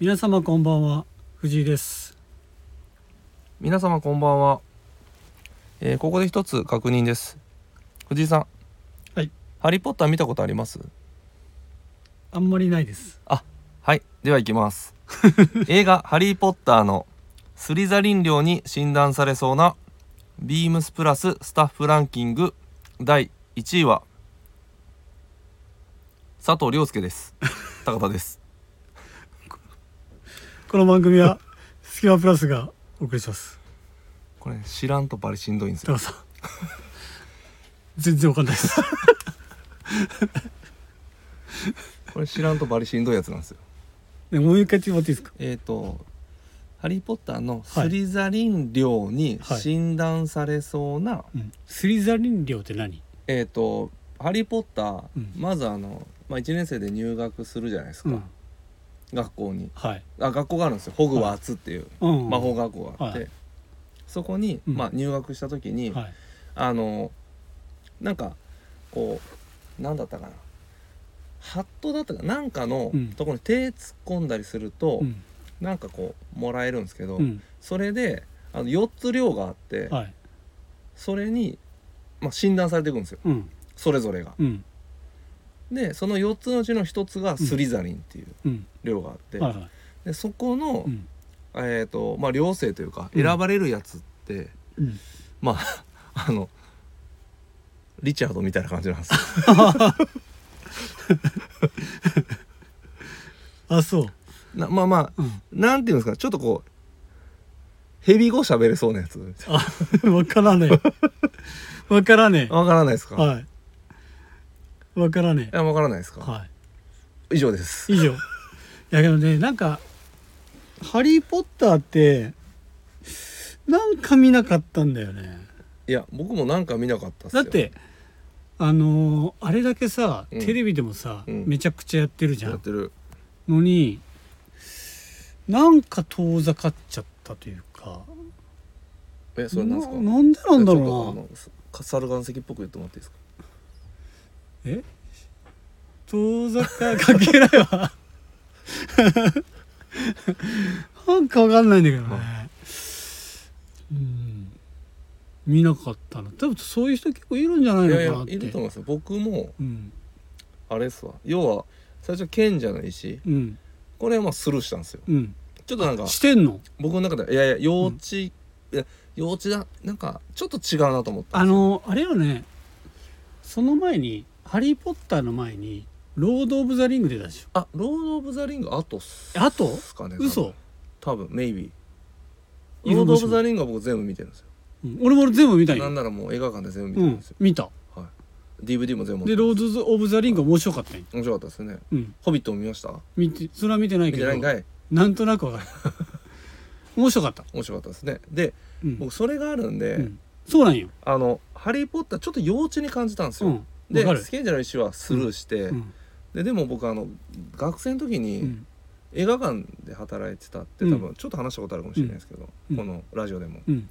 皆様こんばんは藤井です皆様こんばんは、えーここで一つ確認です藤井さんはいハリーポッター見たことありますあんまりないですはいでは行きます 映画ハリーポッターのスリザリン寮に診断されそうなビームスプラススタッフランキング第1位は佐藤亮介です高田ですこの番組 はスキマプラスがお送りしますこれ知らんとバリしんどいんですよ高さん全然わかんないですこれ知らんとバリしんどいやつなんですよねもう一回言ってもらっていいですかえっ、と「ハリー・ポッター」のはいスリザリン寮にはい診断されそうな、うんスリザリン寮って何えっ、と「ハリー・ポッター」うんまずあの、まあ、1年生で入学するじゃないですか、うん学校にはいあ学校があるんですよホグワーツっていううん魔法学校があって、はいそこに、うんまあ、入学した時に、はいあのなんかこうなんだったかなハットだったかななんかのうんところに手突っ込んだりすると、うんなんかこうもらえるんですけど、うんそれであの4つ量があって、はいそれに、まあ、診断されていくんですようんそれぞれが。うんでその4つのうちの1つがスリザリンっていううん量があって、はいはいでそこの、うんえーとまあ、寮生というかうん選ばれるやつって、うんまああ のリチャードみたいな感じなんですよ あそうなまあまあうんなんていうんですかちょっとこうヘビ語喋れそうなやつあ わからね えわからねわからないですえか、い、はいわからねえやわからないですか、はい以上です以上いやけどねなんか「ハリー・ポッター」ってなんか見なかったんだよねいや僕もなんか見なかったっすだよってあのーあれだけさ、うんテレビでもさ、うんめちゃくちゃやってるじゃやっんてるのになんか遠ざかっちゃったというかえそれなんですかななんでなんだちょっとあろうなのか猿岩石っぽく言ってもらっていいですかえ遠ざかかけないわなんかわかんないんだけどねうん見なかったな多分そういう人結構いるんじゃないいのやかいなやっていると思いますよ僕もうんあれっすわ要は最初賢者の石うんこれはまあスルーしたんですようんちょっとなんかしてんの僕の中ではいやいや幼稚、いや幼稚だなんかちょっと違うなと思ったあんですよのあれよねその前に「ハリー・ポッター」の前に「ロード・オブ・ザ・リング」出たでしょあロード・オブ・ザ・リングあとっすあとっすかね嘘、多分メイビいーやロード・オブ・ザ・リングは僕全部見てるんですようん俺も俺全部見たんなんよならもう映画館で全部見うてるんんですよ、見たはい DVD も全部持でって「るロード・オブ・ザ・リング」は面白かったんよ面白かったですよねうんホビットも見ました見てそれは見てない見けてどないんかいなんとなくわか る面白かった、面白かったですねでうん僕それがあるんで、うんそうなんよ、あの「ハリー・ポッター」ちょっと幼稚に感じたんですうよ、ん、わでかるスケンジャーの石はスルーして、うんででも僕あの学生の時うにん映画館で働いてたってうん多分ちょっと話したことあるかもしれないですけど、うんこのラジオでも。うん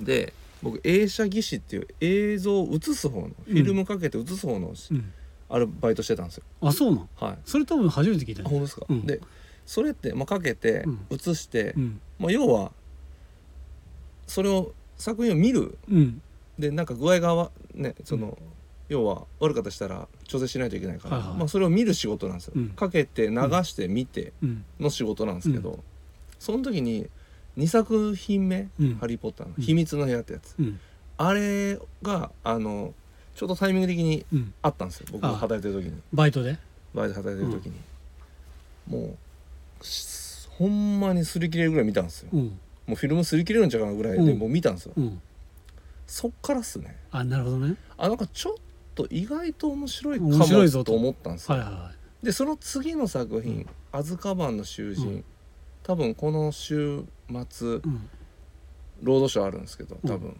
で僕映写技師っていう映像を映す方のフィルムかけて映す方のうんアルバイトしてたんですよ。あそうなんはい、それ多分初めて聞いたあね本当ですか、うんでそれって、まあ、かけてうん映して、うんまあ、要はそれを作品を見るうんでなんか具合がわねその、う要は悪かったりしたら調整しないといけないから、はいはいまあ、それを見る仕事なんですよ、うんかけて流して見てうんの仕事なんですけど、その時に2作品目「うんハリー・ポッター」の「うん秘密の部屋」ってやつ、うんあれがあのちょっとタイミング的にうんあったんですよ僕が働いてる時にバイトでバイトで働いてる時に、もうしほんまに擦り切れるぐらい見たんですよ、うんもうフィルム擦り切れるんちゃうかなぐらいでうんもう見たんですよ、うんそっからっすねあなるほどねあなんかちょっと意外と面白いか面白いぞもとと思ったんですよ、はいはいはいでその次の作品「アズカバンの囚人」うん多分この週末うんロードショーあるんですけどうん多分、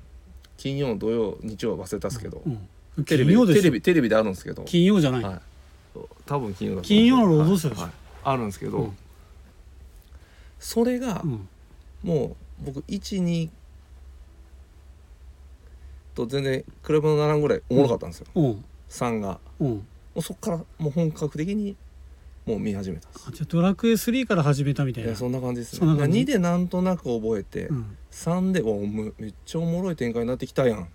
金曜土曜日曜忘れたっすけど、うんテレ金ビ曜でテしレょビテレビであるんですけど、金曜じゃない、はい、多分金曜だと思う金曜のロードショーではしいょはいあるんですけど、うんそれがうんもう僕12と全然比べのならんぐらいおもろかったんですよ、うん3が。うんもうそこからもう本格的にもう見始めたんですあじゃあドラクエ3から始めたみたいいなやそんな感じですそんねな感じ2でなんとなく覚えて、うん、っ3でおむめっちゃおもろい展開になってきたやん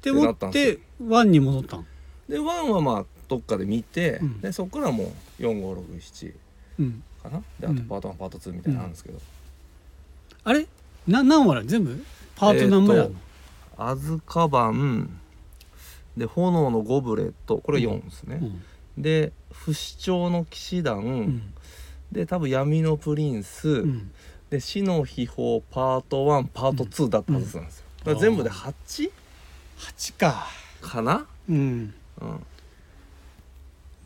て思ってなったっんですて1に戻ったので1はまあどっかで見て、うんでそっからもう4567うんかなであうとんパート1、パート2みたいなのあるんですけど、あれな何話だ全部パート何話やんの、アズカバンで炎のゴブレットこれ4ですね、で不死鳥の騎士団、うんうんで多分闇のプリンス、うんで死の秘宝パート1パート2だったはずなんですよ、だから全部であー 8? 8かかな、うんうん、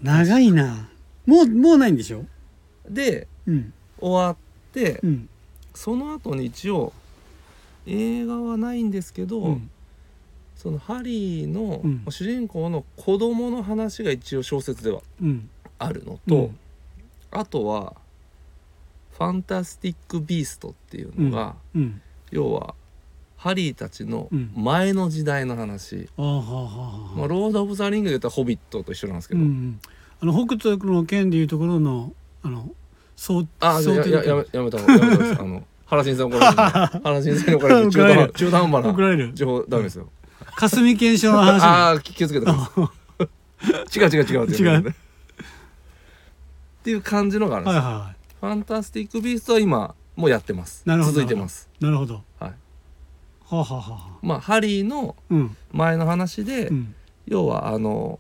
長いなもうもうないんでしょでうん終わって、うんその後に一応映画はないんですけど、うんそのハリーの、うん主人公の子供の話が一応小説ではうんあるのと、うんあとは「ファンタスティック・ビースト」っていうのが、うん要はハリーたちのうん前の時代の話、ああはあはあまあ、はあロード・オブ・ザ・リングで言ったら「ホビット」と一緒なんですけうど、んうんあの北斗の剣でいうところのあのそうあ想や定ややめやめた方がやめた方がいいですあの原新さん 怒られる原新さんに怒られる怒られる中途半端怒なられる情報ダメですよ 霞検証の話ああー気気をつけてくださ い違う違う違うっていう違うねっていう感じのがあるんではすいよ、はファンタスティック・ビーストは今もうやってますなるほど続いてますいなるほどははいあはあはあはあまあハリーのうん前の話で、うん要はあの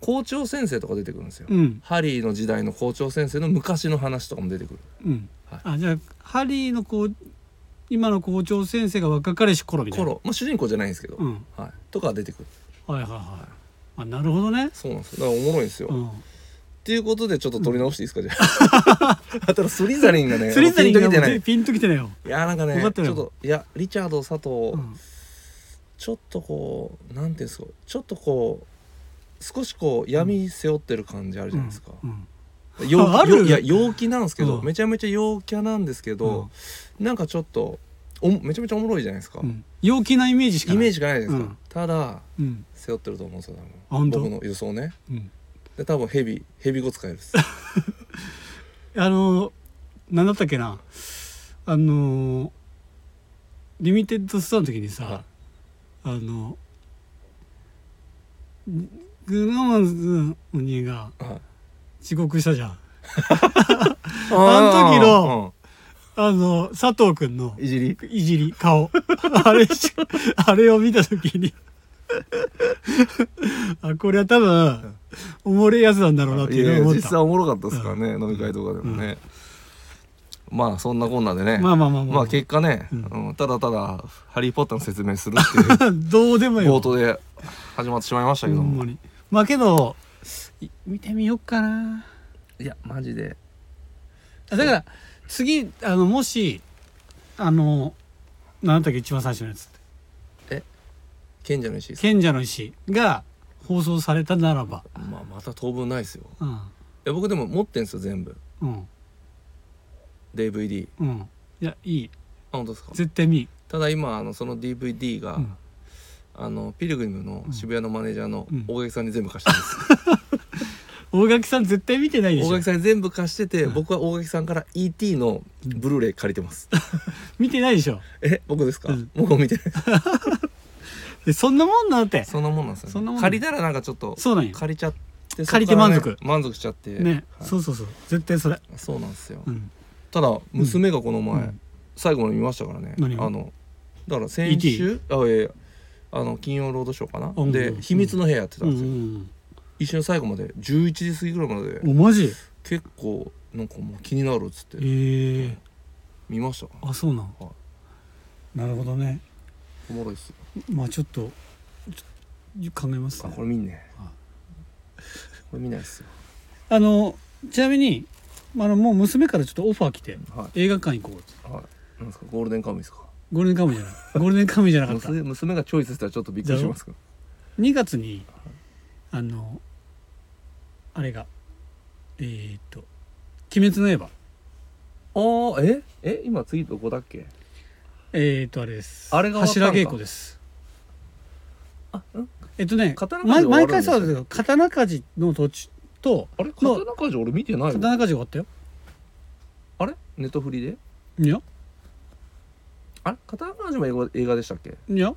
校長先生とか出てくるんですよ、うんハリーの時代の校長先生の昔の話とかも出てくるうんはいあじゃあハリーのこう今の校長先生が若かりし頃みたいな頃、まあ、主人公じゃないんですけど、うんはい、とか出てくるはいはいはいあなるほどねそうなんですよだからおもろいんですよ、うっんていうことでちょっと取り直していいですかじゃ あただスリザリンがねスリザリンピがンときてないピンときてないよいやなんかね分かってちるょよっといやリチャード佐藤、うんちょっとこうなんていうんですかちょっとこう少しこう闇背負ってる感じあるじゃないですか、うん陽 あある陽いや陽気なんですけど、うんめちゃめちゃ陽キャなんですけど、なんかちょっとおもめちゃめちゃおもろいじゃないですか、うん陽気なイメージしかなイいメージがないじゃないですうんか、ただうん背負ってると思うんですよあ多本分当僕の予想ねうんで多分ヘビヘビ語使えるですあの何だったっけなあのリミテッドストアの時にさ、はあのグラマンズの鬼がいはい遅刻したじゃんああの時のの、あの佐藤君のうんいじりいじり顔 あれしあれを見た時にあこれは多分おもれえやつなんだろうなっていやいいうやのを思っ実際たおもろかったですからね、飲み会とかでもね、まあそんなこんなでね、ままああまあまあまあ、結果ね、うんうんただただ「ハリー・ポッター」の説明するっていうどうでもよ冒頭で始まってしまいましたけどほんも、まにまあけどい見てみようかないやマジであだから次あのもしあの何だっけ一番最初のやつって賢者の石井さ賢者の石が放送されたならばん、まあ、また当分ないですよういんや僕でも持ってんすよ全部うん DVD うんいやいいあ本当ですか絶対見ただ今あのその DVD が、うんあのピルグリムの渋谷のマネージャーのうん大垣さんに全部貸してます、大垣さん絶対見てないでしょ大垣さんに全部貸してて、ん僕は大垣さんから ET のブルーレイ借りて ます、見てないでしょえ僕ですか、うんもう見てないでそんなもんなんてそんなもんなんですそよ、んなもね、ん借りたらなんかちょっとそうなんよ借りちゃって借りて満足そっからね満足しちゃってね、はいそうそうそう絶対それそうなんですよ、うんただ娘がこの前、うん最後まで見ましたからね何をあのだから先週あいやいやあの金曜ロードショーかな、うんでうん「秘密の部屋」やってたうんんですよ、うん一緒に最後まで11時過ぎぐらいまでうんおマジ結構なんかもう気になるっつっえてー、見ましたあそうなんはなるほどねおもろいっすよまあちょっとちょ考えますあねこれ見んねはこれ見ないっすよあのちなみにあのもう娘からちょっとオファー来ては映画館行こうっていはいなんですかゴールデンカムイですかゴールデンカムイじゃないゴールデンカムイじゃな かった娘娘がチョイスしたらちょっとびっくりしますけど2月にあのあれがえー、っと「鬼滅の刃ああええ今次どこだっけ」えー、っとあれですあれが終わったの柱か稽古ですあうんえっとね刀鍛冶毎終わる毎んで回すそようだけど刀鍛冶の途中とあれまあ刀鍛冶俺見てないわ刀鍛冶終わったよあれネットフリでいやあれ刀鍛冶も映画映画でしたっけいや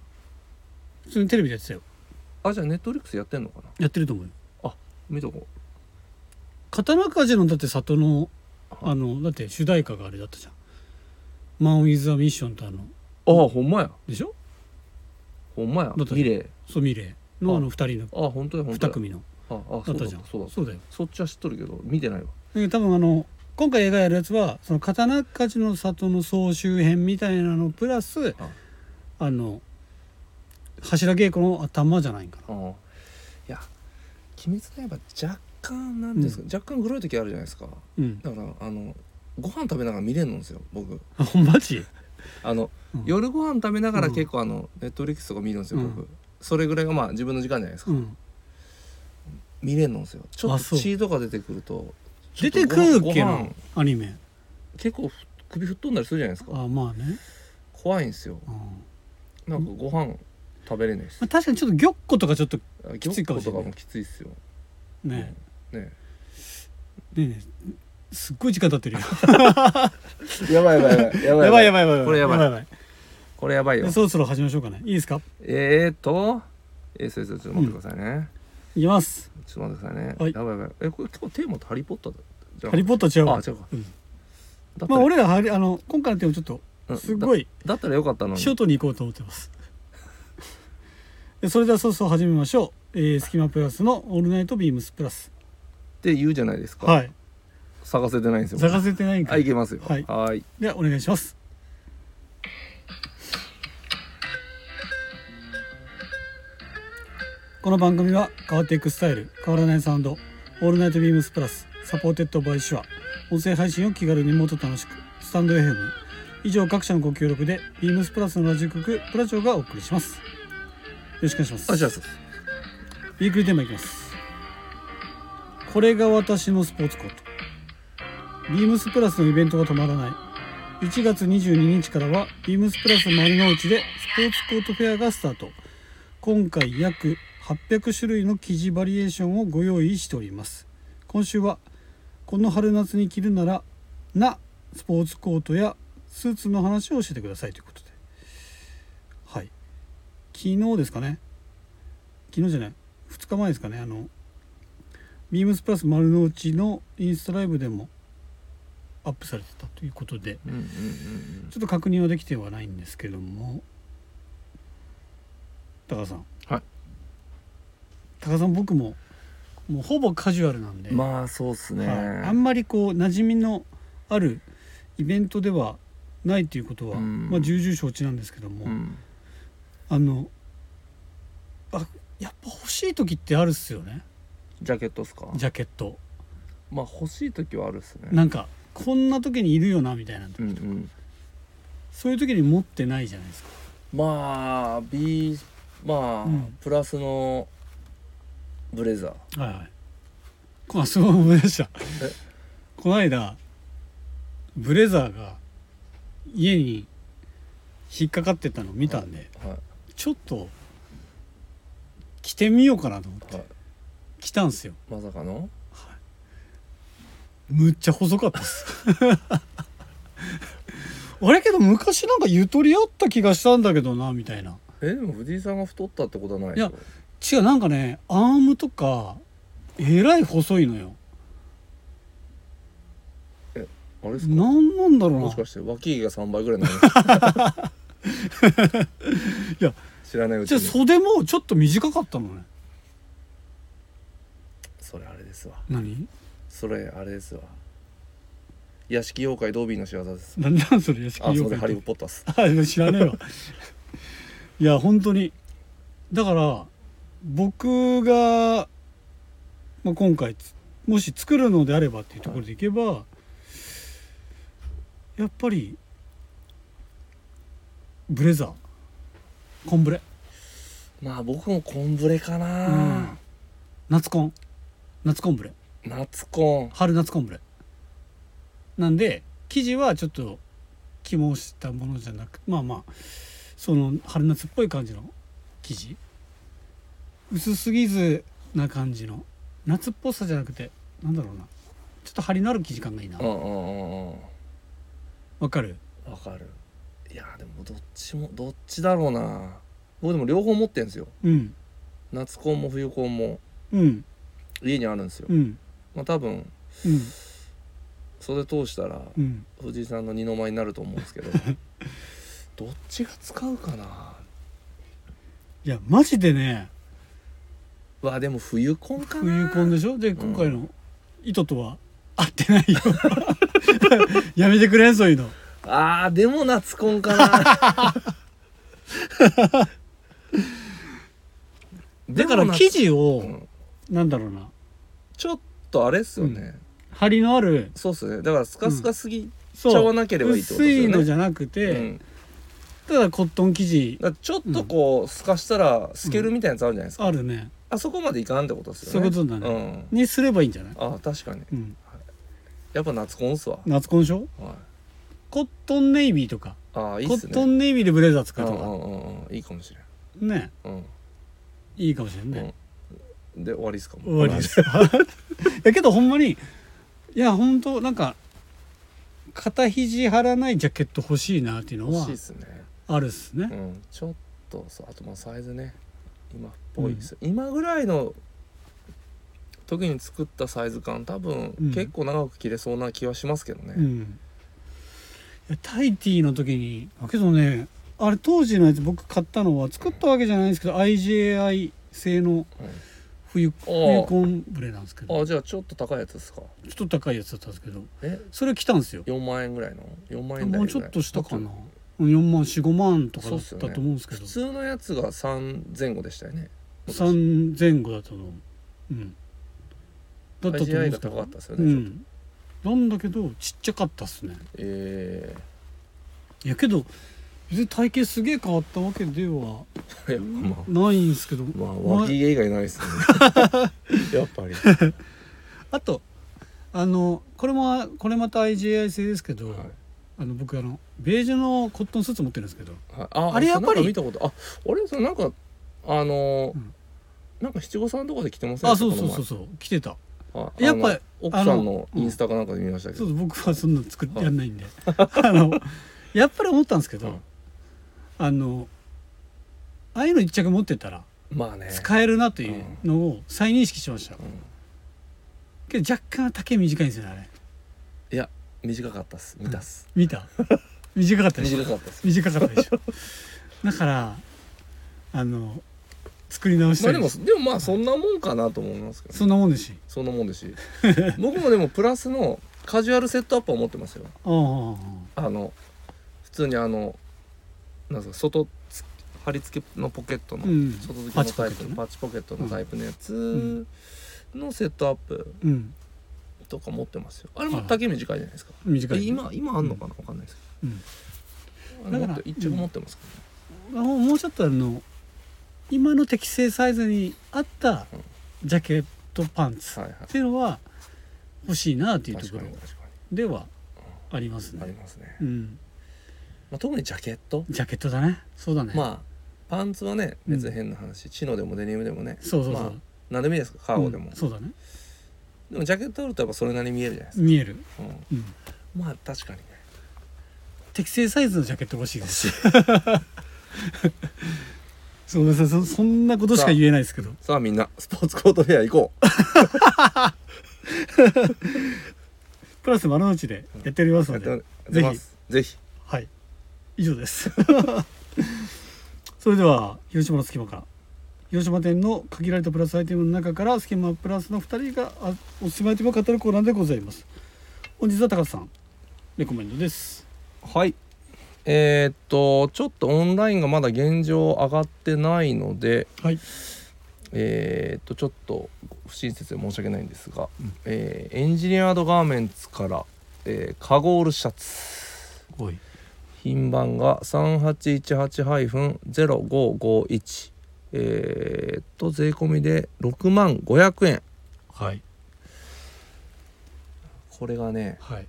普通にテレビでやってたよあじゃあネットフリックスやってんのかなやってると思うよ見とこ刀鍛冶のだって里のあのだって主題歌があれだったじゃん「マン・ウィズ・ア・ミッション」とあのうああほんまやでしょほんまやだってミレソミレイのああの2人のーああ本当や本当2や組のああだそっうただじゃんそうだそうだよそっちは知っとるけど見てないわだけど多分あの今回映画やるやつはその刀鍛冶の里の総集編みたいなのプラスああの柱稽古の頭じゃないんかなああいや「鬼滅の刃」若干なんですか、若干黒い時あるじゃないですかうんだからあのご飯食べながら見れるんですよ僕あマジあの、うん夜ご飯食べながらうん結構あのネットフリックスとか見るんですよ、う僕それぐらいがまあ自分の時間じゃないですか、うん見れるんですよちょあっとそう血とか出てくるとちょ出ってとくるっけごな飯アニメ結構ふ首吹っ飛んだりするじゃないですかあまあね、怖いんですようんまなんかご飯食べれないです、あ、確かにちょっと玉子とかちょっとあきついかもしれない玉子とかもきついっすよねねねえねえすっごい時間経ってるよやばいやばいやばいや やばいやばいばいやばいこれやばいやばいこれやばいよでそろそろ始めましょうかねいいですかえーとえー、それそれちょっと待ってくださいね、いきますちょっと待ってくださいね、はいやばいやばいえこれ今日テーマってハリー・ポッターだ「じゃハリー・ポッター」違うわあ違うかんだったまあら俺らハリあの今回のテーマちょっとうんすごいだったらよかったのにショートに行こうと思ってます。でそれではそうそう始めましょう。えー、スキマプラスのオールナイトビームスプラス。って言うじゃないですか、はい。探せてないんですよ探せてないんかはいいけますよはいはーいではお願いします。この番組は変わっていくスタイル変わらないサウンド「オールナイトビームスプラス」サポーテッドバイシュア音声配信を気軽にもっと楽しくスタンド FM 以上各社のご協力でビームスプラスのラジオ局プラジオがお送りしますよろしくお願いしますあじゃあそうウィークリーテーマいきますこれが私のスポーツコートビームスプラスのイベントが止まらない1月22日からはビームスプラス丸の内でスポーツコートフェアがスタート今回約800種類の生地バリエーションをご用意しております今週はこの春夏に着るならなスポーツコートやスーツの話を教えてくださいということではい昨日ですかね昨日じゃない2日前ですかねあのビームスプラス丸の内のインスタライブでもアップされてたということでうんうんうんうんちょっと確認はできてはないんですけども高田さんはい高田さん僕ももうほぼカジュアルなんで、まあそうっすね、はいあんまりこう馴染みのあるイベントではないということは、うんまあ重々承知なんですけども、うんあのあやっぱ欲しい時ってあるっすよねジャケットっすかジャケット。まあ欲しい時はあるっすねなんかこんな時にいるよなみたいなうんうんそういう時に持ってないじゃないですかまあ B まあ、うんプラスのブレザーはいはいこあすごい思い出したえこの間ブレザーが家に引っかかってたのを見たんで、はちょっと着てみようかなと思っいはてい着たんすよまさかのむっちゃ細かったっす あれけど昔なんかゆとりあった気がしたんだけどなみたいなえでも藤井さんが太ったってことはないでしょいや違うなんかねアームとかえらい細いのよあれっすかなんなんだろうもなしかして脇毛が3倍ぐらいになりますか いや知らないうちじゃあに袖もちょっと短かったのねそれあれですわ何それあれですわ屋敷妖怪ドービーの仕業で すなんなんそれ屋敷あそ妖れ怪ハリー・ポッターっすあ知らねえわ いや本当にだから僕が、まあ、今回つもし作るのであればっていうところでいけば、やっぱりブレザーコンブレまあ僕もコンブレかな、うん夏コン夏コンブレ夏コン春夏コンブレなんで生地はちょっと肝をしたものじゃなくまあまあその春夏っぽい感じの生地薄すぎずな感じの夏っぽさじゃなくてなんだろうなちょっと張りのある時間がいいなうわ、んうんうんうんかるわかるいやでもどっちもどっちだろうな僕でも両方持ってんですようん夏コンも冬コンもうん家にあるんですよ、うんまあ多分うん袖通したらうん藤井さんの二の舞になると思うんですけ どどっちが使うかないやマジでねうわでも冬コンかな冬コンでしょで今回の糸とは合ってない よやめてくれんそういうのあーでも夏コンか なだからでも夏生地を、うんなんだろうなちょっとあれっすよね、う張りのあるそうっすねだからスカスカすぎちそうゃわなければいいってこと薄ですよいね、のじゃなくて、うんただコットン生地だからちょっとこう透かしたら透けるみたいなやつあるじゃないですか、あるねあそこまでいかんってことですよねそういうことだねにすればいいんじゃない、うんあ確かにうん、やっぱ夏コンっすわ、夏コンでしょはい、コットンネイビーとかああいいコっすッねトンネイビーでブレザー使ううとんうかんうんうんいいかもしれねんうんいいかもしれんね、うんで終わりっすかも終わりです いやけどほんまにいやほんとなんか肩肘張らないジャケット欲しいなっていうの欲はしいっすねあるっすうねんちょっとそうあとまあサイズね今っぽいです、今ぐらいの時に作ったサイズ感多分、うん結構長く着れそうな気はしますけどね、うんいやタイティーの時にあけどねあれ当時のやつ僕買ったのは作ったわけじゃないんですけど IJI 製の冬冬コンブレなんですけうんどあじゃあちょっと高いやつですかちょっと高いやつだったんですけどえそれ来たんですよ4万円ぐらいの4万円台ぐらいもうちょっとしたかなもっうん4万45万ととかだそうっっすよたねと思うんですけど普通のやつが3前後でしたよね3前後だったと思ううんだったと思うんですけ IGI が高どかったですようね、ちょっとんなんだけどちっちゃかったっすねえいやけど別に体型すげえ変わったわけではえ やっぱまあないんですけどまあま脇毛以外ないですね やっぱり、あとあのこれもこれまた IGI 製ですけど、はいあの僕あのベージュのコットンスーツ持ってるんですけどはいああれやっぱりそれなんか見たことあ俺それなんかあのーうんなんか七五三とかで着てませんあそうそうそうそう着てたうやっぱ奥さんのインスタかなんかで見ましたけそどう僕はそんな作っはていやんないんで あのやっぱり思ったんですけど、うんあのああいうの一着持ってたらまあね使えるなというのを再認識しました、けど若干丈短いんですよねあれいや短かったっす見たっす見 た短かったでしょ短かったっす 短かったでしょだからあの作り直しまたあいでもでもまあそんなもんかなと思いますけどねそんなもんですしそんなもんです し僕もでもプラスのカジュアルセットアップは持ってますよああああの普通にあのなんですか外つ貼り付けのポケットのあうん外付けパのチポタケイットねプのパチポケットのタイプのやつんのセットアップうんとか持ってますよあれも丈短いじゃないですか短い今今あんのかなわかんないですうんけだどだかからら一応持ってますけあもうもうちょっとあの今の適正サイズに合ったうんジャケットパンツどっねはいはいていうのは欲しいなっていうと確こかろに確かではありますにありね、ますねうん、まあ特にジャケットジャケットだねそうだね、まあパンツはねうん別に変な話チノでもデニムでもねそうそうそう、まあ何でもいいですかカーゴでもうんそうだねでもジャケットあるとやっぱそれなりに見えるじゃないです見える、かうん、うんまあ確かにね適正サイズのジャケット欲しいです そうそうそうそんなことしか言えないですけどさあみんなスポーツコートフェア行こうプラス丸の内でやっておりますやのっで、てやってますぜひはい以上です それでは広島の隙間から広島店の限られたプラスアイテムの中から隙間プラスの2人があおすすめアイテムを語るコーナーでございます本日は高田さんレコメンドですはいえーっとちょっとオンラインがまだ現状上がってないのではいえーっとちょっと不親切で申し訳ないんですが、えーエンジニアードガーメンツから、えーカゴールシャツおい品番が3818-0551えーっと税込みで6万500円はいこれがねはい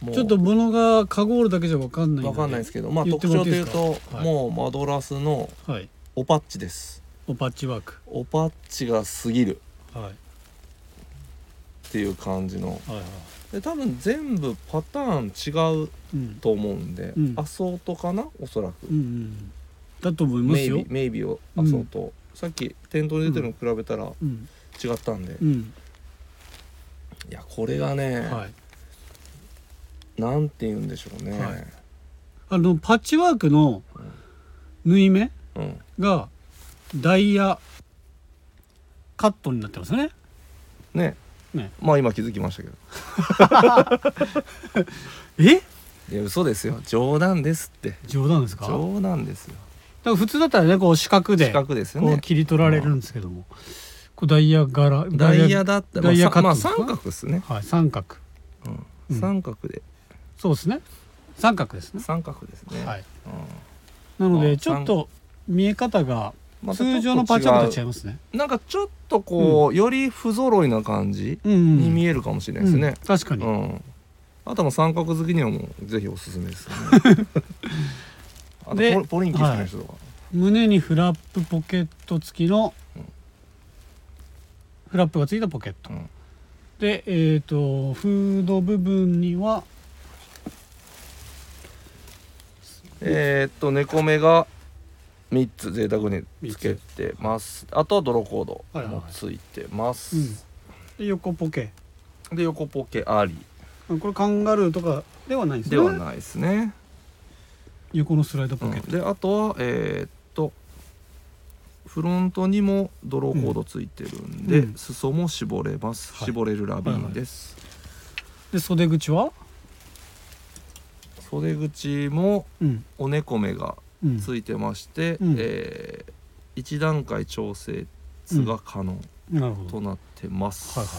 もうちょっと物がカゴールだけじゃ分かんないわかんないですけどまあ言って特もら徴っていいといでうすかとはいもうマドラスのどはいオパッチですおパッチワークオパッチが過ぎるはいっていう感じのはいはいで多分全部パターン違ううんと思うんで、うんアソートかなおそらく、うんうんだと思いまメすイビよーメイビーをアソート、さっき店頭に出てるの比べたらうん違ったんで、ういんやこれがね、はいなんて言うんでしょうね、はいあのパッチワークの縫い目うん、がダイヤカットになってますよねねねまあ今気づきましたけどえいや嘘ですよ冗談ですって冗談ですかだか冗談ですよら普通だったらねこう四角で四角ですよこうね切り取られるんですけども、こうダイヤ柄ダイヤだったらダイヤまあさまあカットですか三角ですね、はい三角うんうん三角でそうですね三角ですね三角ですね、はいうんなのまであちょっと見え方がまたちょっと違通う常のパッチワークと違いますねなんかちょっとこう、より不揃いな感じうんうんに見えるかもしれないですうんね、確かに、うんあともう三角好きにはもうぜひおすすめ ですねあとでポポリンキー好きな人とか、胸にフラップポケット付きのうんフラップが付いたポケットうんでえっ、とフード部分にはえー、っと猫目が3つ贅沢につけてますあとは泥コードはいはいもついてます、で横ポケで横ポケありこれカンガルーとかではないですねではないですね、横のスライドポうんケット、であとはえー、っとフロントにも泥コードついてるんで、うん裾も絞れます、はい絞れるラビンです、で袖口は袖口もうんお猫目がうんついてまして、うんえー、1段階調節が可能なるほどとなってます、はいはい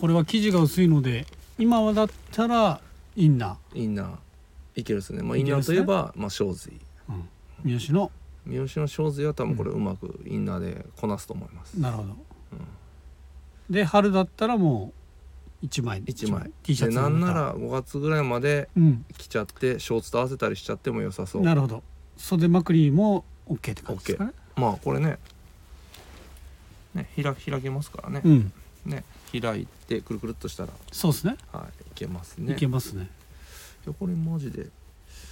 これは生地が薄いので今はだったらインナインナーいけるですね、まあ、いイけンるナっーすとねいえば、まあ、小髄ー、うん、三好の三好の小髄は多分これうまくインナーでこなすと思います、なるほど、で春だったらもう1枚一1枚 T シャツでなのん中なら5月ぐらいまでうん着ちゃってショーツと合わせたりしちゃっても良さそうなるほど袖まくりも OK って感じですかね、まあこれねね開開けますからね、うんね開いてくるくるっとしたらそうですねはいいけますねいけますねいやこれマジでっ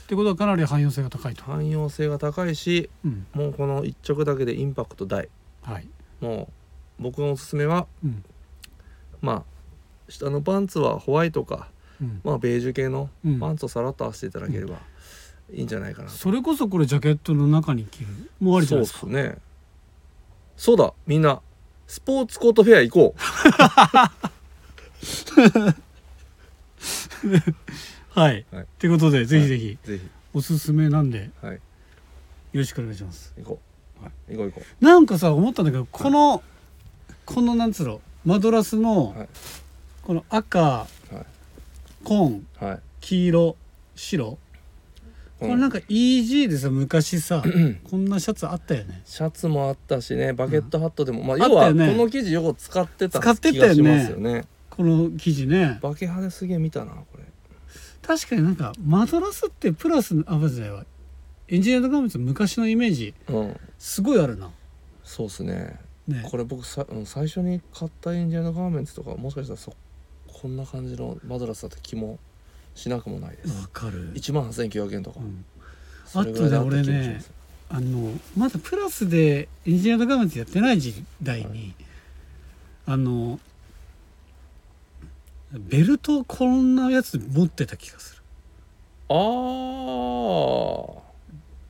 てことはかなり汎用性が高いと、汎用性が高いしうんもうこの一着だけでインパクト大はいもう僕のおすすめはうんまあ下のパンツはホワイトか、うんまあ、ベージュ系のうんパンツをさらっと合わせていただければいいんじゃないかなと、それこそこれジャケットの中に着るもうありじゃそうないでですかすねそうだみんなスポーツコートフェア行こ はい、はいってことでぜひぜひうぜひおすすめなんでよはいろしくお願いします行こう、は行こう行こなんかさ思ったんだけどこの、このなんつうのマドラスの、はいこの赤うは紺いはい黄色白これなんか EG でさ昔さこんなシャツあったよねシャツもあったしねバケットハットでも、まああっ要たはよこねの生地よく使ってた使って気たよねがしますよねこの生地ねバケハですげえ見たなこれ確かになんかマドラスってプラスあまずはエンジニアドガーメンツの昔のイメージうんすごいあるなそうっすねねこれ僕さ、うん、最初に買ったエンジニアのガーメンツとかもしかしたらそこんな感じのマドラスだった気もしなくもないですわかる、 1万8900円とか、うんそれぐらいだった気もしあとね俺まねすあのまだプラスでエンジニアドガーメンツやってない時代に、あのベルトをこんなやつ持ってた気がするあー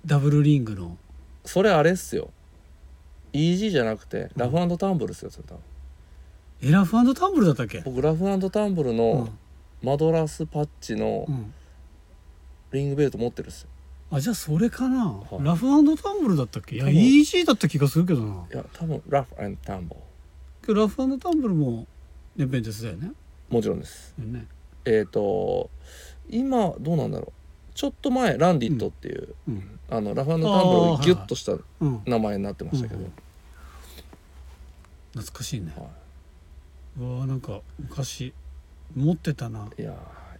ダブルリングのそれあれっすよ EG じゃなくてラフタンブルっすよそれ多分エラフタンブルだったっけ、僕ラフタンブルのマドラスパッチのうんうんリングベルト持ってるっすよあじゃあそれかな、いラフタンブルだったっけいや多分 EG だった気がするけどないや多分ラフタンブルけどラフタンブルもねベンテスだよねもちろんですねえっ、と今どうなんだろうちょっと前ランディットっていう、うんあのラフタンブルをギュッとしたうん名前になってましたけど、うん懐かしいねは、うわーなんか昔持ってたないいや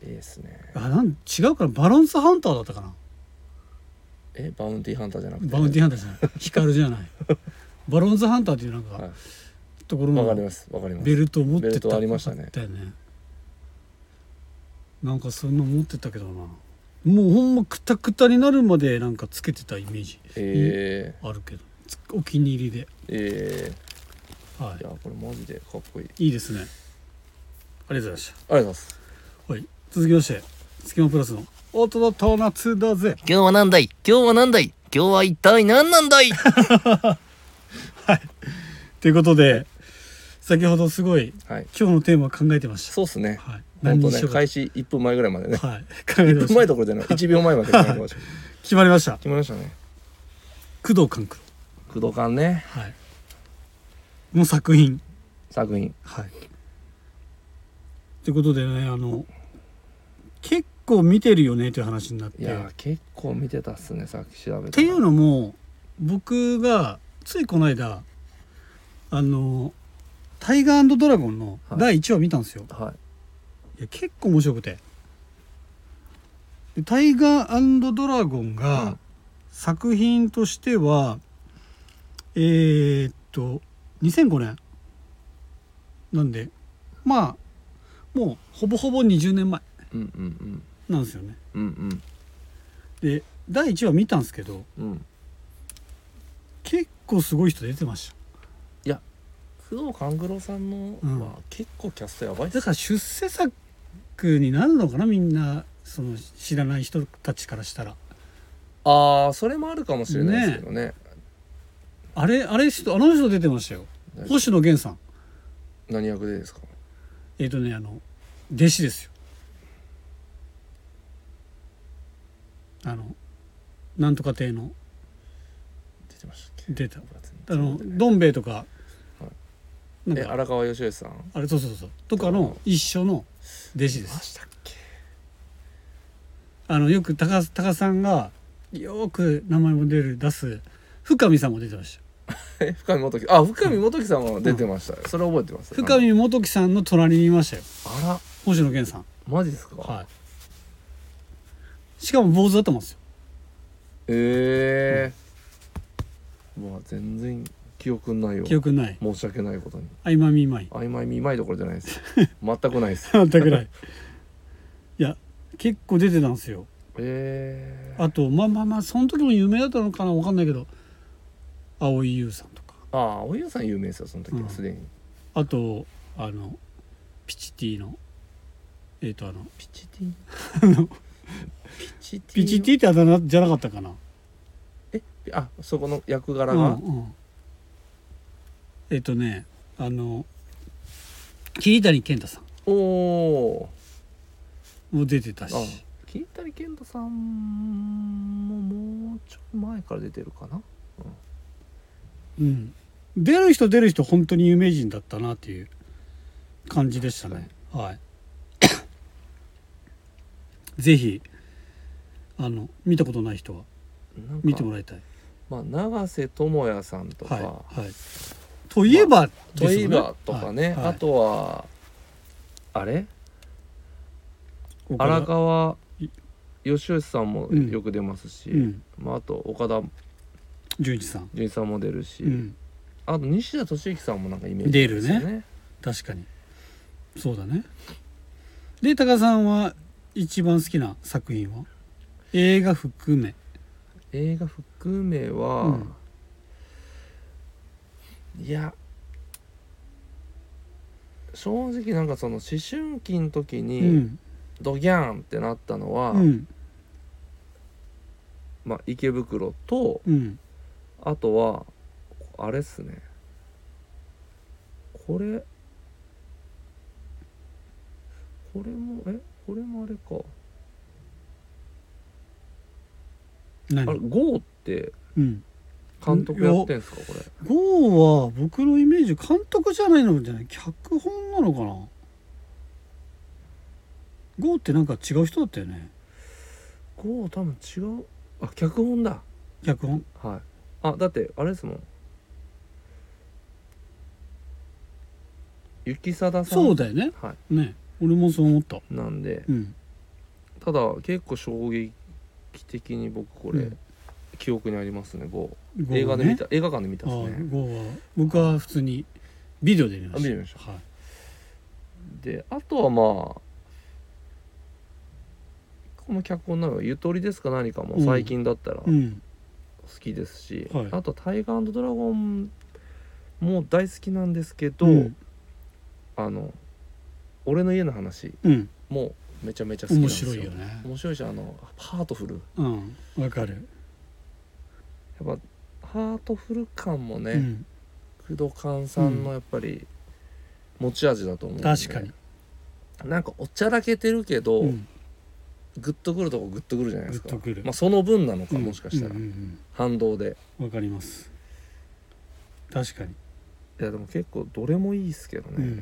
ーいいですねあなん違うからバランスハンターだったかなえバウンティーハンターじゃなくて バウンティーハンターじゃないヒカルじゃないバロンズハンターっていうなんか、はいところわかりのますわかりますベルトを持ってベルトありましただねったよねなんかそんな持ってたけどなもうほんまくたくたになるまでなんかつけてたイメージえあるけどつお気に入りでー、えはー、いやこれマジでかっこいいいいいですねありがとうございましありがとうございますたはい続きましてスキマプラスの「大人と夏だぜ今日はなんだい今日はなんだい今日は一体何な んだいは」ということで先ほどすごいい今日のテーマ考えてましたそうっすねはい本何当にしねようか開始1分前ぐらいま でねはい考えてま1分前したどころじゃない1秒前まで考えてました決決まりましたまりましたね工藤官九郎工藤館ねはいの作品作品はいということでねあの結構見てるよねという話になっいてやー結構見てたっすねさっき調べってていうのも僕がついこの間あの「タイガードラゴン」のはい第1話見たんですよ、、はいや結構面白くてでタイガードラゴンうがん作品としては、えーっと2005年なんでまあもうほぼほぼ20年前いうんうんなんですよねうんうんで第1話見たんですけどうんうん結構すごい人出てました工藤官九郎さんのうんは結構キャストやばいっすだから出世作になるのかなみんなその知らない人たちからしたらああそれもあるかもしれないですけどねあれあれ人あの人出てましたよ星野源さん何役でですかえっ、とねあの弟子ですよあのなんとか亭の出てましたっけ出たああののどん兵衛とかなんえか荒川義義さんいあれそうそうそうとかの一緒の弟子でますしたっけあのよく高須高須さんがよく名前も出る出す深見さんも出てましたえ深見元樹あ深見元樹さんも出てましたよ、それ覚えてます深見元樹さんの隣にいましたよあら星野源さんマジですか、はいしかも坊主だったんですよええまあ全然記憶ないよ記憶ない申し訳ないことにあいまみまい曖昧見まいどころじゃない です全くないです全くない いや結構出てたんですよええあとまあまあまあその時も有名だったのかなわかんないけど蒼井優さんとかああおゆさん有名ですよその時うんはすでに、あとあのピチティのえっ、とあのピチティピチティピチティってあだ名じゃなかったかなあそこの役柄うが、んうんえっ、とねあの桐谷健太さおおんも出てたしあ桐谷健太さんももうちょい前から出てるかなうん、出る人出る人本当に有名人だったなっていう感じでしたねはい ぜひあの見たことない人はなんか見てもらいたいまあ、永瀬智也さんとか、はい、はい、といえばですよね、トイバーとかね、はいはいあとはあれ岡田荒川義義さんもよく出ますし、うんまあ、あと岡田純一さん、准一さんも出るし、うん、あと西田敏行さんもなんかイメージですよ出る確かにそうだねで高田さんは一番好きな作品は映画含め映画含めは、いや正直なんかその思春期の時うにんドギャンってなったのは、うんまあ、池袋とうんあとはあれっすねこれこれもえこれもあれかあれ何 GO ってうん監督やってんすかこれゴーは僕のイメージ監督じゃないのじゃない脚本なのかなゴーってなんか違う人だったよね GO 多分違うあ脚本だ脚本はいあだってあれですもん雪貞さんそうだよねはね俺もそう思ったいなんでうんただ結構衝撃的に僕これ、うん記憶にありますね GO ゴー映画で見た映画館で見たああっゴすねーは僕は普通にビデオで見ましたあビデオ見ましはい、であとはまあこの脚本なのはゆとりですか何かもうん最近だったらう好んきですし、はいあと「タイガードラゴン」も大好きなんですけど、うんあの俺の家の話うん、もめちゃめちゃ好きなん面ですよ白いよね面白いしあのハートフルうんわかる、やっぱハートフル感もね、うん、工藤勘さんのやっぱり持ち味だと思うんで、確かに、なんかおちゃらけてるけど、うん、グッとくるとこグッとくるじゃないですかグッとくるまあ、その分なのか、うんもしかしたら、うんうん反動でうんわかります確かに、いやでも結構どれもいいっすけどね、うん、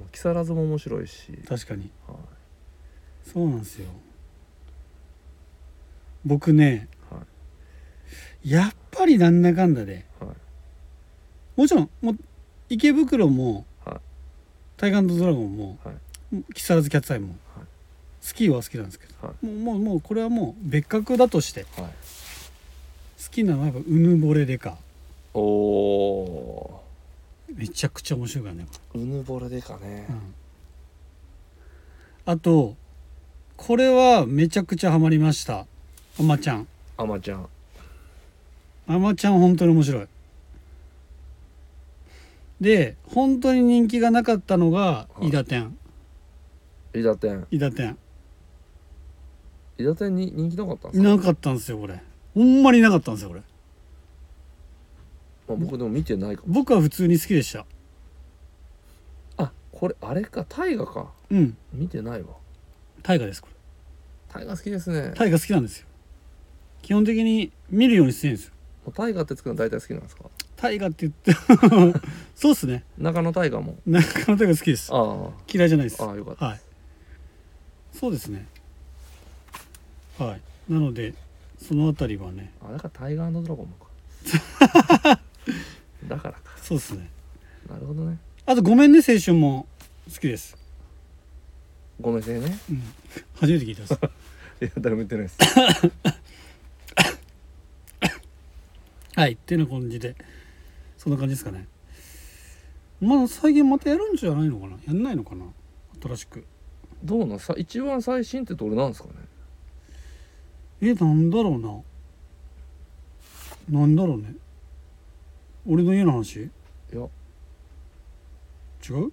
まあ、木更津も面白いし、確かにはそうなんですよ僕ね、はやっぱりなんだかんだでいはいもちろんもう池袋も、はいタイガードラゴンも、は木更津キャッツアイも、はいスキーは好きなんですけど、はもうもうもうこれはもう別格だとしてはい、好きなのはやっぱうぬぼれデカおおめちゃくちゃ面白いからね、こーうぬぼれでかねれうんあとこれはめちゃくちゃハマりましたあまちゃんあまちゃんあまちゃん本当に面白いで本当に人気がなかったのがい伊田店伊達天伊田店伊達天に人気なかったんでいすか、なかったんですよこれほんまにいなかったんですよこれまあ、僕でも見てないかも僕は普通に好きでしたあこれあれか大河かうん見てないわ大河ですこれ大河好きですね大河好きなんですよ基本的に見るようにしてるんですよもう大河ってつくの大体好きなんですか大河って言 ってそうっすね中野大河もなかなか大河好きですあ嫌いじゃないですあああよかったはいそうですねはいなのでそのあたりはねあだからタイガードラゴンもか だからかそうですねなるほどねあと「ごめんね青春」も好きです、ごめんなさいねうん、初めて聞いたですいや誰も言ってないですはいっていうような感じでそんな感じですかねまあ最近またやるんじゃないのかなやんないのかな新しくどうなんさ一番最新ってどれなんですかねえなんだろうななんだろうね俺の家の話いや違う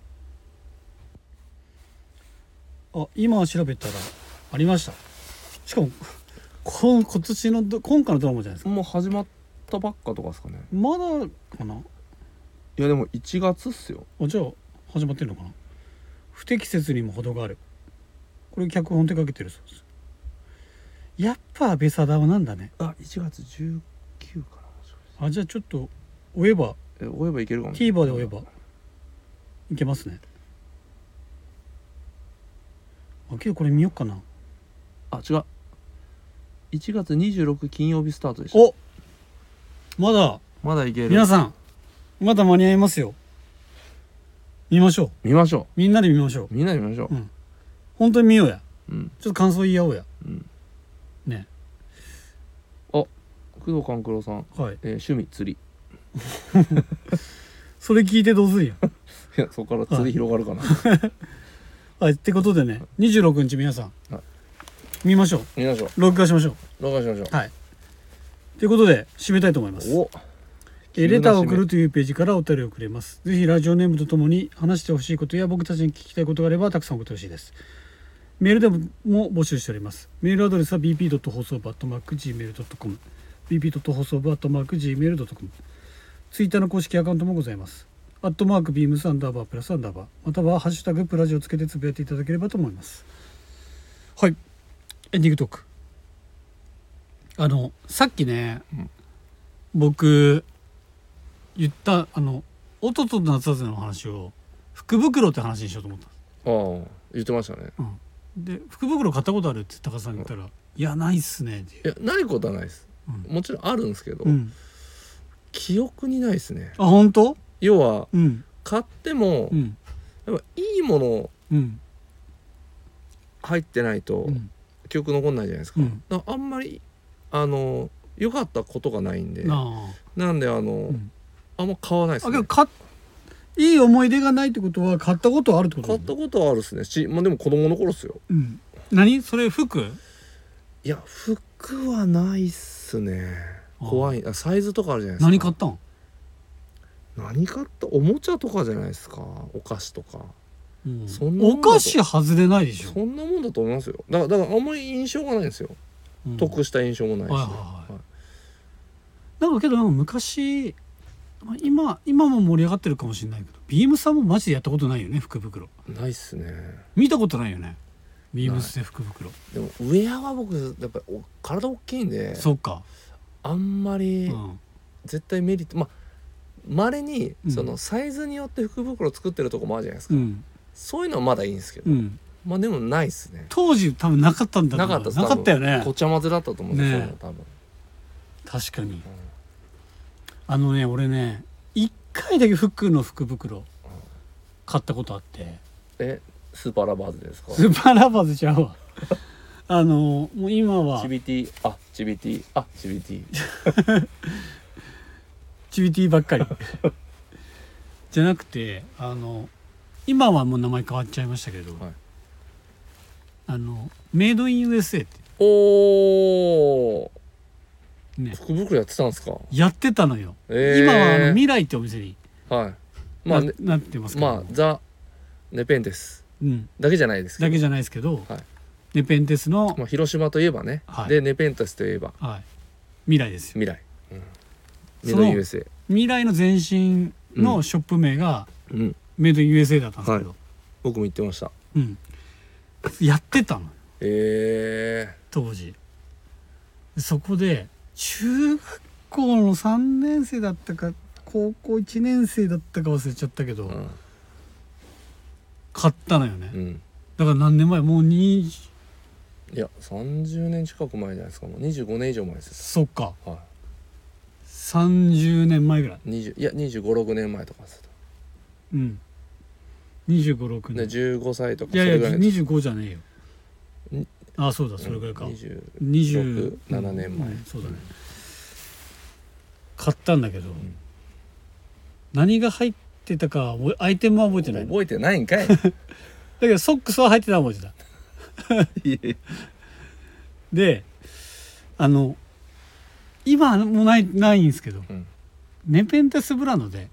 あ今調べたらありましたしかもこ 今年のど今回のドラマじゃないですかもう始まったばっかとかですかねまだかないやでも1月っすよあじゃあ始まってるのかな不適切にも程があるこれ脚本手掛けてるそうですやっぱ安倍貞夫なんだねあ1月19かなもしかしてあじゃあちょっと追えばえ追えばいけるかも TVer で追えばいけますねあけどこれ見よっかなあ違う1月26金曜日スタートでしたおまだまだいける皆さんまだ間に合いますよ見ましょう見ましょみんなで見ましょううみんなで見ましょ本当に見ようやううんちょっと感想言い合おうやうんね工藤官九郎さん、はいえー趣味釣り それ聞いてどうするんやいやそこから釣り広が るかな、はい、ってことでね、26日皆さん、はい見ましょう。見ましょう録画しましょ動画しましょうう。はい。ということで、締めたいと思います。おえーレターを送るというページからお便りをくれます。ぜひラジオネームとともに話してほしいことや僕たちに聞きたいことがあればたくさん送ってほしいです。メールでもも募集しております。メールアドレスは bp. 放送部 .gmail.com bp. 放送部 .gmail.com ツイッターの公式アカウントもございます。アットマークビームスアンダーバープラスアンダーバーまたはハッシュタグプラジをつけてつぶやいていただければと思います。はい。エンディングトーク。あの、さっきね、うん僕、言ったあの「おととと夏だぜ」の話を福袋って話にしようと思ったんですああ言ってましたねで福袋買ったことあるって高田さんに言ったら「いやないっすね」っていういやないことはないです、うもちろんあるんですけど、うん、記憶にないですねあ本当要はうん買っても、うんやっぱいいものうん入ってないと、うん記憶残んないじゃないですか,、うんだからあんまりあの良かったことがないんであなんであの、んあんま買わないであすけねど買っいい思い出がないってことは買ったことはあるってこと買ったことはあるですねし、まあ、でも子供の頃っすようん何それ服いや服はないっすねあ怖いあサイズとかあるじゃないですか何買ったん、何買ったおもちゃとかじゃないですかお菓子とかうんそんなもおんだと菓子外れないでしょそんなもんだと思いますよだからだからあんまり印象がないんですよ、うん得した印象もないし、はいはいはいはなんかけどなんか昔まあ今今も盛り上がってるかもしれないけどビームさんもマジでやったことないよね福袋ないっすね見たことないよねビームスで福袋でもウェアは僕やっぱりお体大きいんでそうか、あんまりうん絶対メリットまあまれにうんそのサイズによって福袋作ってるとこもあるじゃないですうか、んそういうのはまだいいんですけど、うん、まあでもないっすね当時多分なかったんだろなうかったっすなかったよ多分ごねちゃ混ぜだったと思うんですよ、ねえ多分確かにあのね俺ね1回だけ服の福袋買ったことあってえスーパーラバーズですかスーパーラバーズちゃうわあのもう今はチビティあチビティあチビティチビティばっ かりじゃなくてあの今はもう名前変わっちゃいましたけど、はいあのメイドイン USA っておおね福袋やってたんですかやってたのよ、えー今はあの未来ってお店にはいまな,、あ、ね、なってますけど、まあザ・ネペンテスうん、だけじゃないですけだどけじゃないですけど、はいネペンテスの、まあ、広島といえばね、はいでネペンテスといえばはい、未来ですよ未来、うん、ミそドの USA 未来の前身うのんショップ名がうんメイドイン USA だったんですけど、僕も言ってましたうん、やってたのえ当時そこで中学校の3年生だったか高校1年生だったか忘れちゃったけど、えうん買ったのよね、うんだから何年前もう2いや30年近く前じゃないですかもう25年以上前ですそっかは30年前ぐらいい20いや2 5 6年前とかですうん2526で年15歳とかいそやれいぐやらいです25じゃねえよんあそうだそれぐらいか、 26 27 7年前、そうだね買ったんだけど、ん何が入ってたかは覚えアイテムは覚えてないの覚えてない んかいだけどソックスは入ってた文字だ であの今はもうないないんですけどうんネペンテスブランドで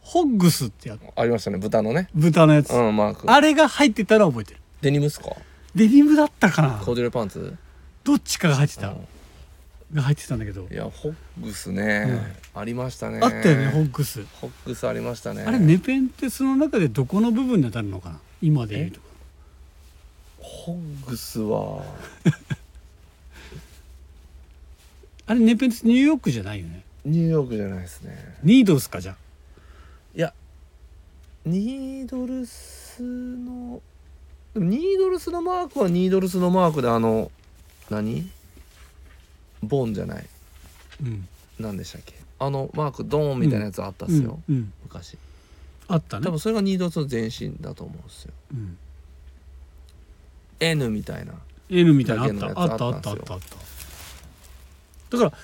ホッグスってやありましたね豚のね豚のやつ、うんマークあれが入ってたら覚えてるデニムっすかデニムだったかなコーデュロイパンツどっちかが入ってたうんが入ってたんだけどいやホッグスね、ありましたねあったよねホッグスホッグスありましたねあれネペンテスの中でどこの部分に当たるのかな今で言うとホッグスはあれネペンテスニューヨークじゃないよねニューヨークじゃないですねニードルスかじゃあいやニードルスのでもニードルスのマークはニードルスのマークであの何ボンじゃないうん何でしたっけあのマークドーンみたいなやつあったっすよ、うんうん昔あったね多分それがニードルスの前身だと思うんですようん N みたいな N みたいなのあったあだっけたのあやっつたああっったんですたあっただから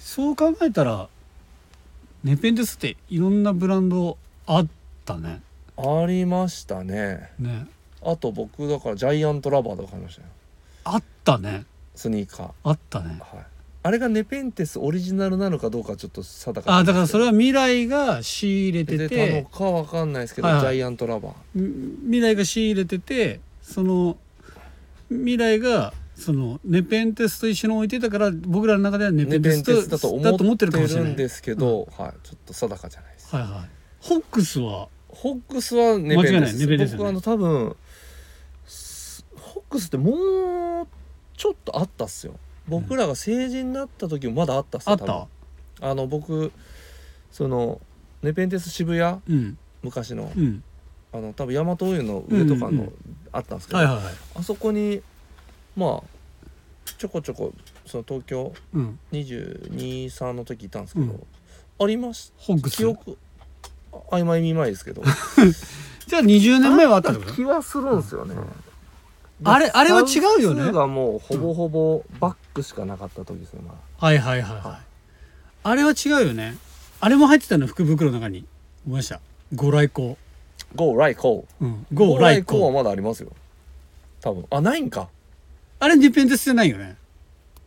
そう考えたらネペンテスっていろんなブランドあったねありましたねねあと僕だからジャイアントラバーとか買いましたよあったねスニーカーあったねはいあれがネペンテスオリジナルなのかどうかちょっと定かあだからそれはは未来が仕入れて出ててたのかわかんないですけど、はいはいジャイアントラバーみ未来が仕入れててその未来がそのネペンテスと一緒に置いてたから僕らの中ではネペネンテペスンとテスだと思ってるんですすけど、はいちょっと定かじゃないです、はいはいホックスはホックスはネペンテス間違いないネペンテスだね僕あの多分すホックスってもうちょっとあったっすよ僕らが成人になった時もまだあったっすあよっ多分たあの僕そのネペンテス渋谷うん昔のうんあの多分大和運輸の上とかの、うんうんうんあったんですけど、はいはいはいあそこにまあちょこちょこその東京うん223の時いたんですけど、うんありましホックたス記憶あ曖昧見舞いですけどじゃあ20年前はあったあってっこたと気はするんですよね、あれあれは違うよね算数がもうほぼほぼバックしかなかった時ですね、まはいはいはいはいあれは違うよねあれも入ってたの福袋の中に思いましたあご来光。ゴーライコうん。ーゴごーライ来コーは光。まだありますよ多分あないんかあれディペンデスじゃないよね。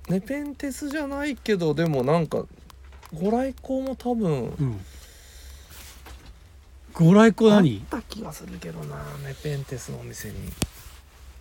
ネペンテスじゃないけどでもなんかご来光も多分うん。ご来光何あった気がするけどなネペンテスのお店に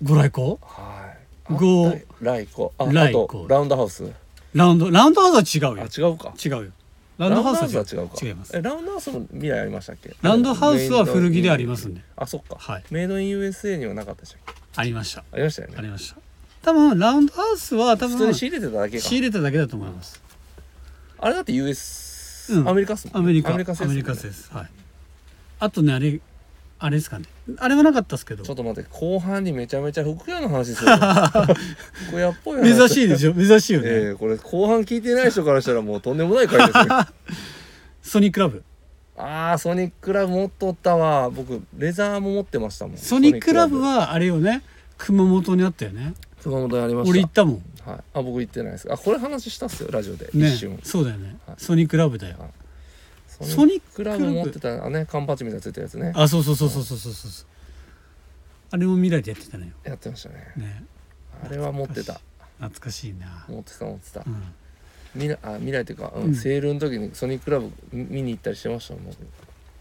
ご来光はいゴーあったライコあラあイコとラウンドハウスラウンド、ラウンドハウスは違うあよ。違うか違うよ。ラウンドハウスはラウンドハウスは違うか違います。えラウンドハウスも未来ありましたっけラウンドハウスは古着でありますんであそっか、はいメイドイン USA にはなかったでしたっけありました。ありましたよねありました。多分、ラウンドハウスは多普通分、に仕仕入れてただけか入れただけだと思います。あれだって US、うんアメリカっすもアんねメリカ、アアメメリリカカです製っすもんはねい。あとね、あれ、あれですかね。あれはなかったですけどちょ。っと待って後半にめちゃめちゃ服屋の話する 服屋っぽい話珍いしいで しょ珍しいよね、ええこれ後半聞いてない人からしたらもうとんでもない 回ですねソニックラブあーソニックラブ持っとったわ僕レザーも持ってましたもんソニックラブはあれよね熊本にあったよねソニックラブ熊本にありま俺行しったもんた、はい、あ僕行ってないですあこれ話したっすよラジオで、ね一瞬そうだよね、はいソニックラブだよはいソニッククララブブ持ってたあねカンパチみたいなついたやつねあそうそうそうそうそうそうそうそうあれも未来でやってたのよやってましたねねあれは持ってた懐かしいな、持ってた持ってたうん、未来あ未来というか、うんうんセールの時にソニックラブ見に行ったりしてましたもん僕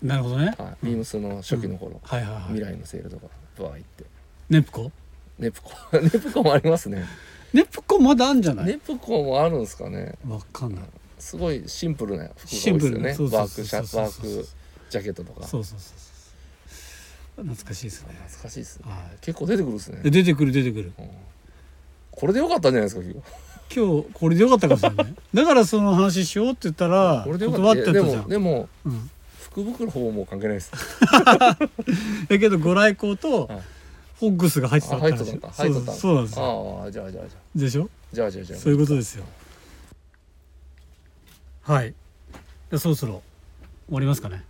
なるほどね、はい、ビームスの初期の頃、はいはいはい未来のセールとかバー行ってネプコネプコ ネプコもありますね、ネプコまだあんじゃないネプコもあるんですかねわかんないすごいシンプルな服が多いですシよンプルなねそうそうワそーうクシそうャそうワそーうクジャケットとかそ懐うそうそうそう懐かしいですねかしいですねは結構出てくるですねい、出てくる出てくるうんこれでよかったんじゃないですか今日今日これでよかったかもしれ ないねだからその話しようって言ったらこれでよか断っってたたいやでじゃんもでもうん、福袋ほぼもう関係ないですだけどご来光とはいホッグスが入ってたあっ入てっと話ったん かそ入っうそうとったんかそうなんですよああじゃあじゃあじゃあでしょじゃあじゃあじゃあそういうことですよはいでそろそろ終わりますかね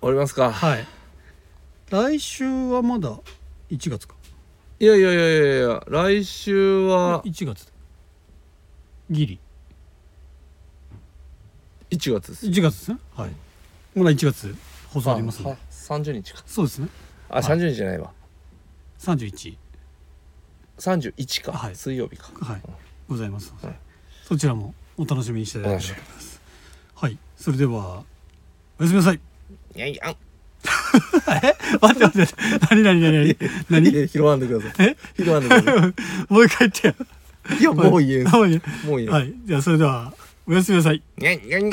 終わりますかはい来週はまだ1月かいやいやいやいやいや来週は1月だギリ1月です1月ですねはいまだ1月放送ありますねは30日かそうですねあ30日じゃないわ31 31か、はい水曜日かはいございますので、はいそちらもお楽しみにしていただければと思いますはいそれではおやすみなさい いやいや待って待って待って何何何何 何拾わんでくださいえ拾わんでくださもう一回言ってよいいやもう言えん もう言もう言ええんはいじゃあそれではおやすみなさいいやいやいや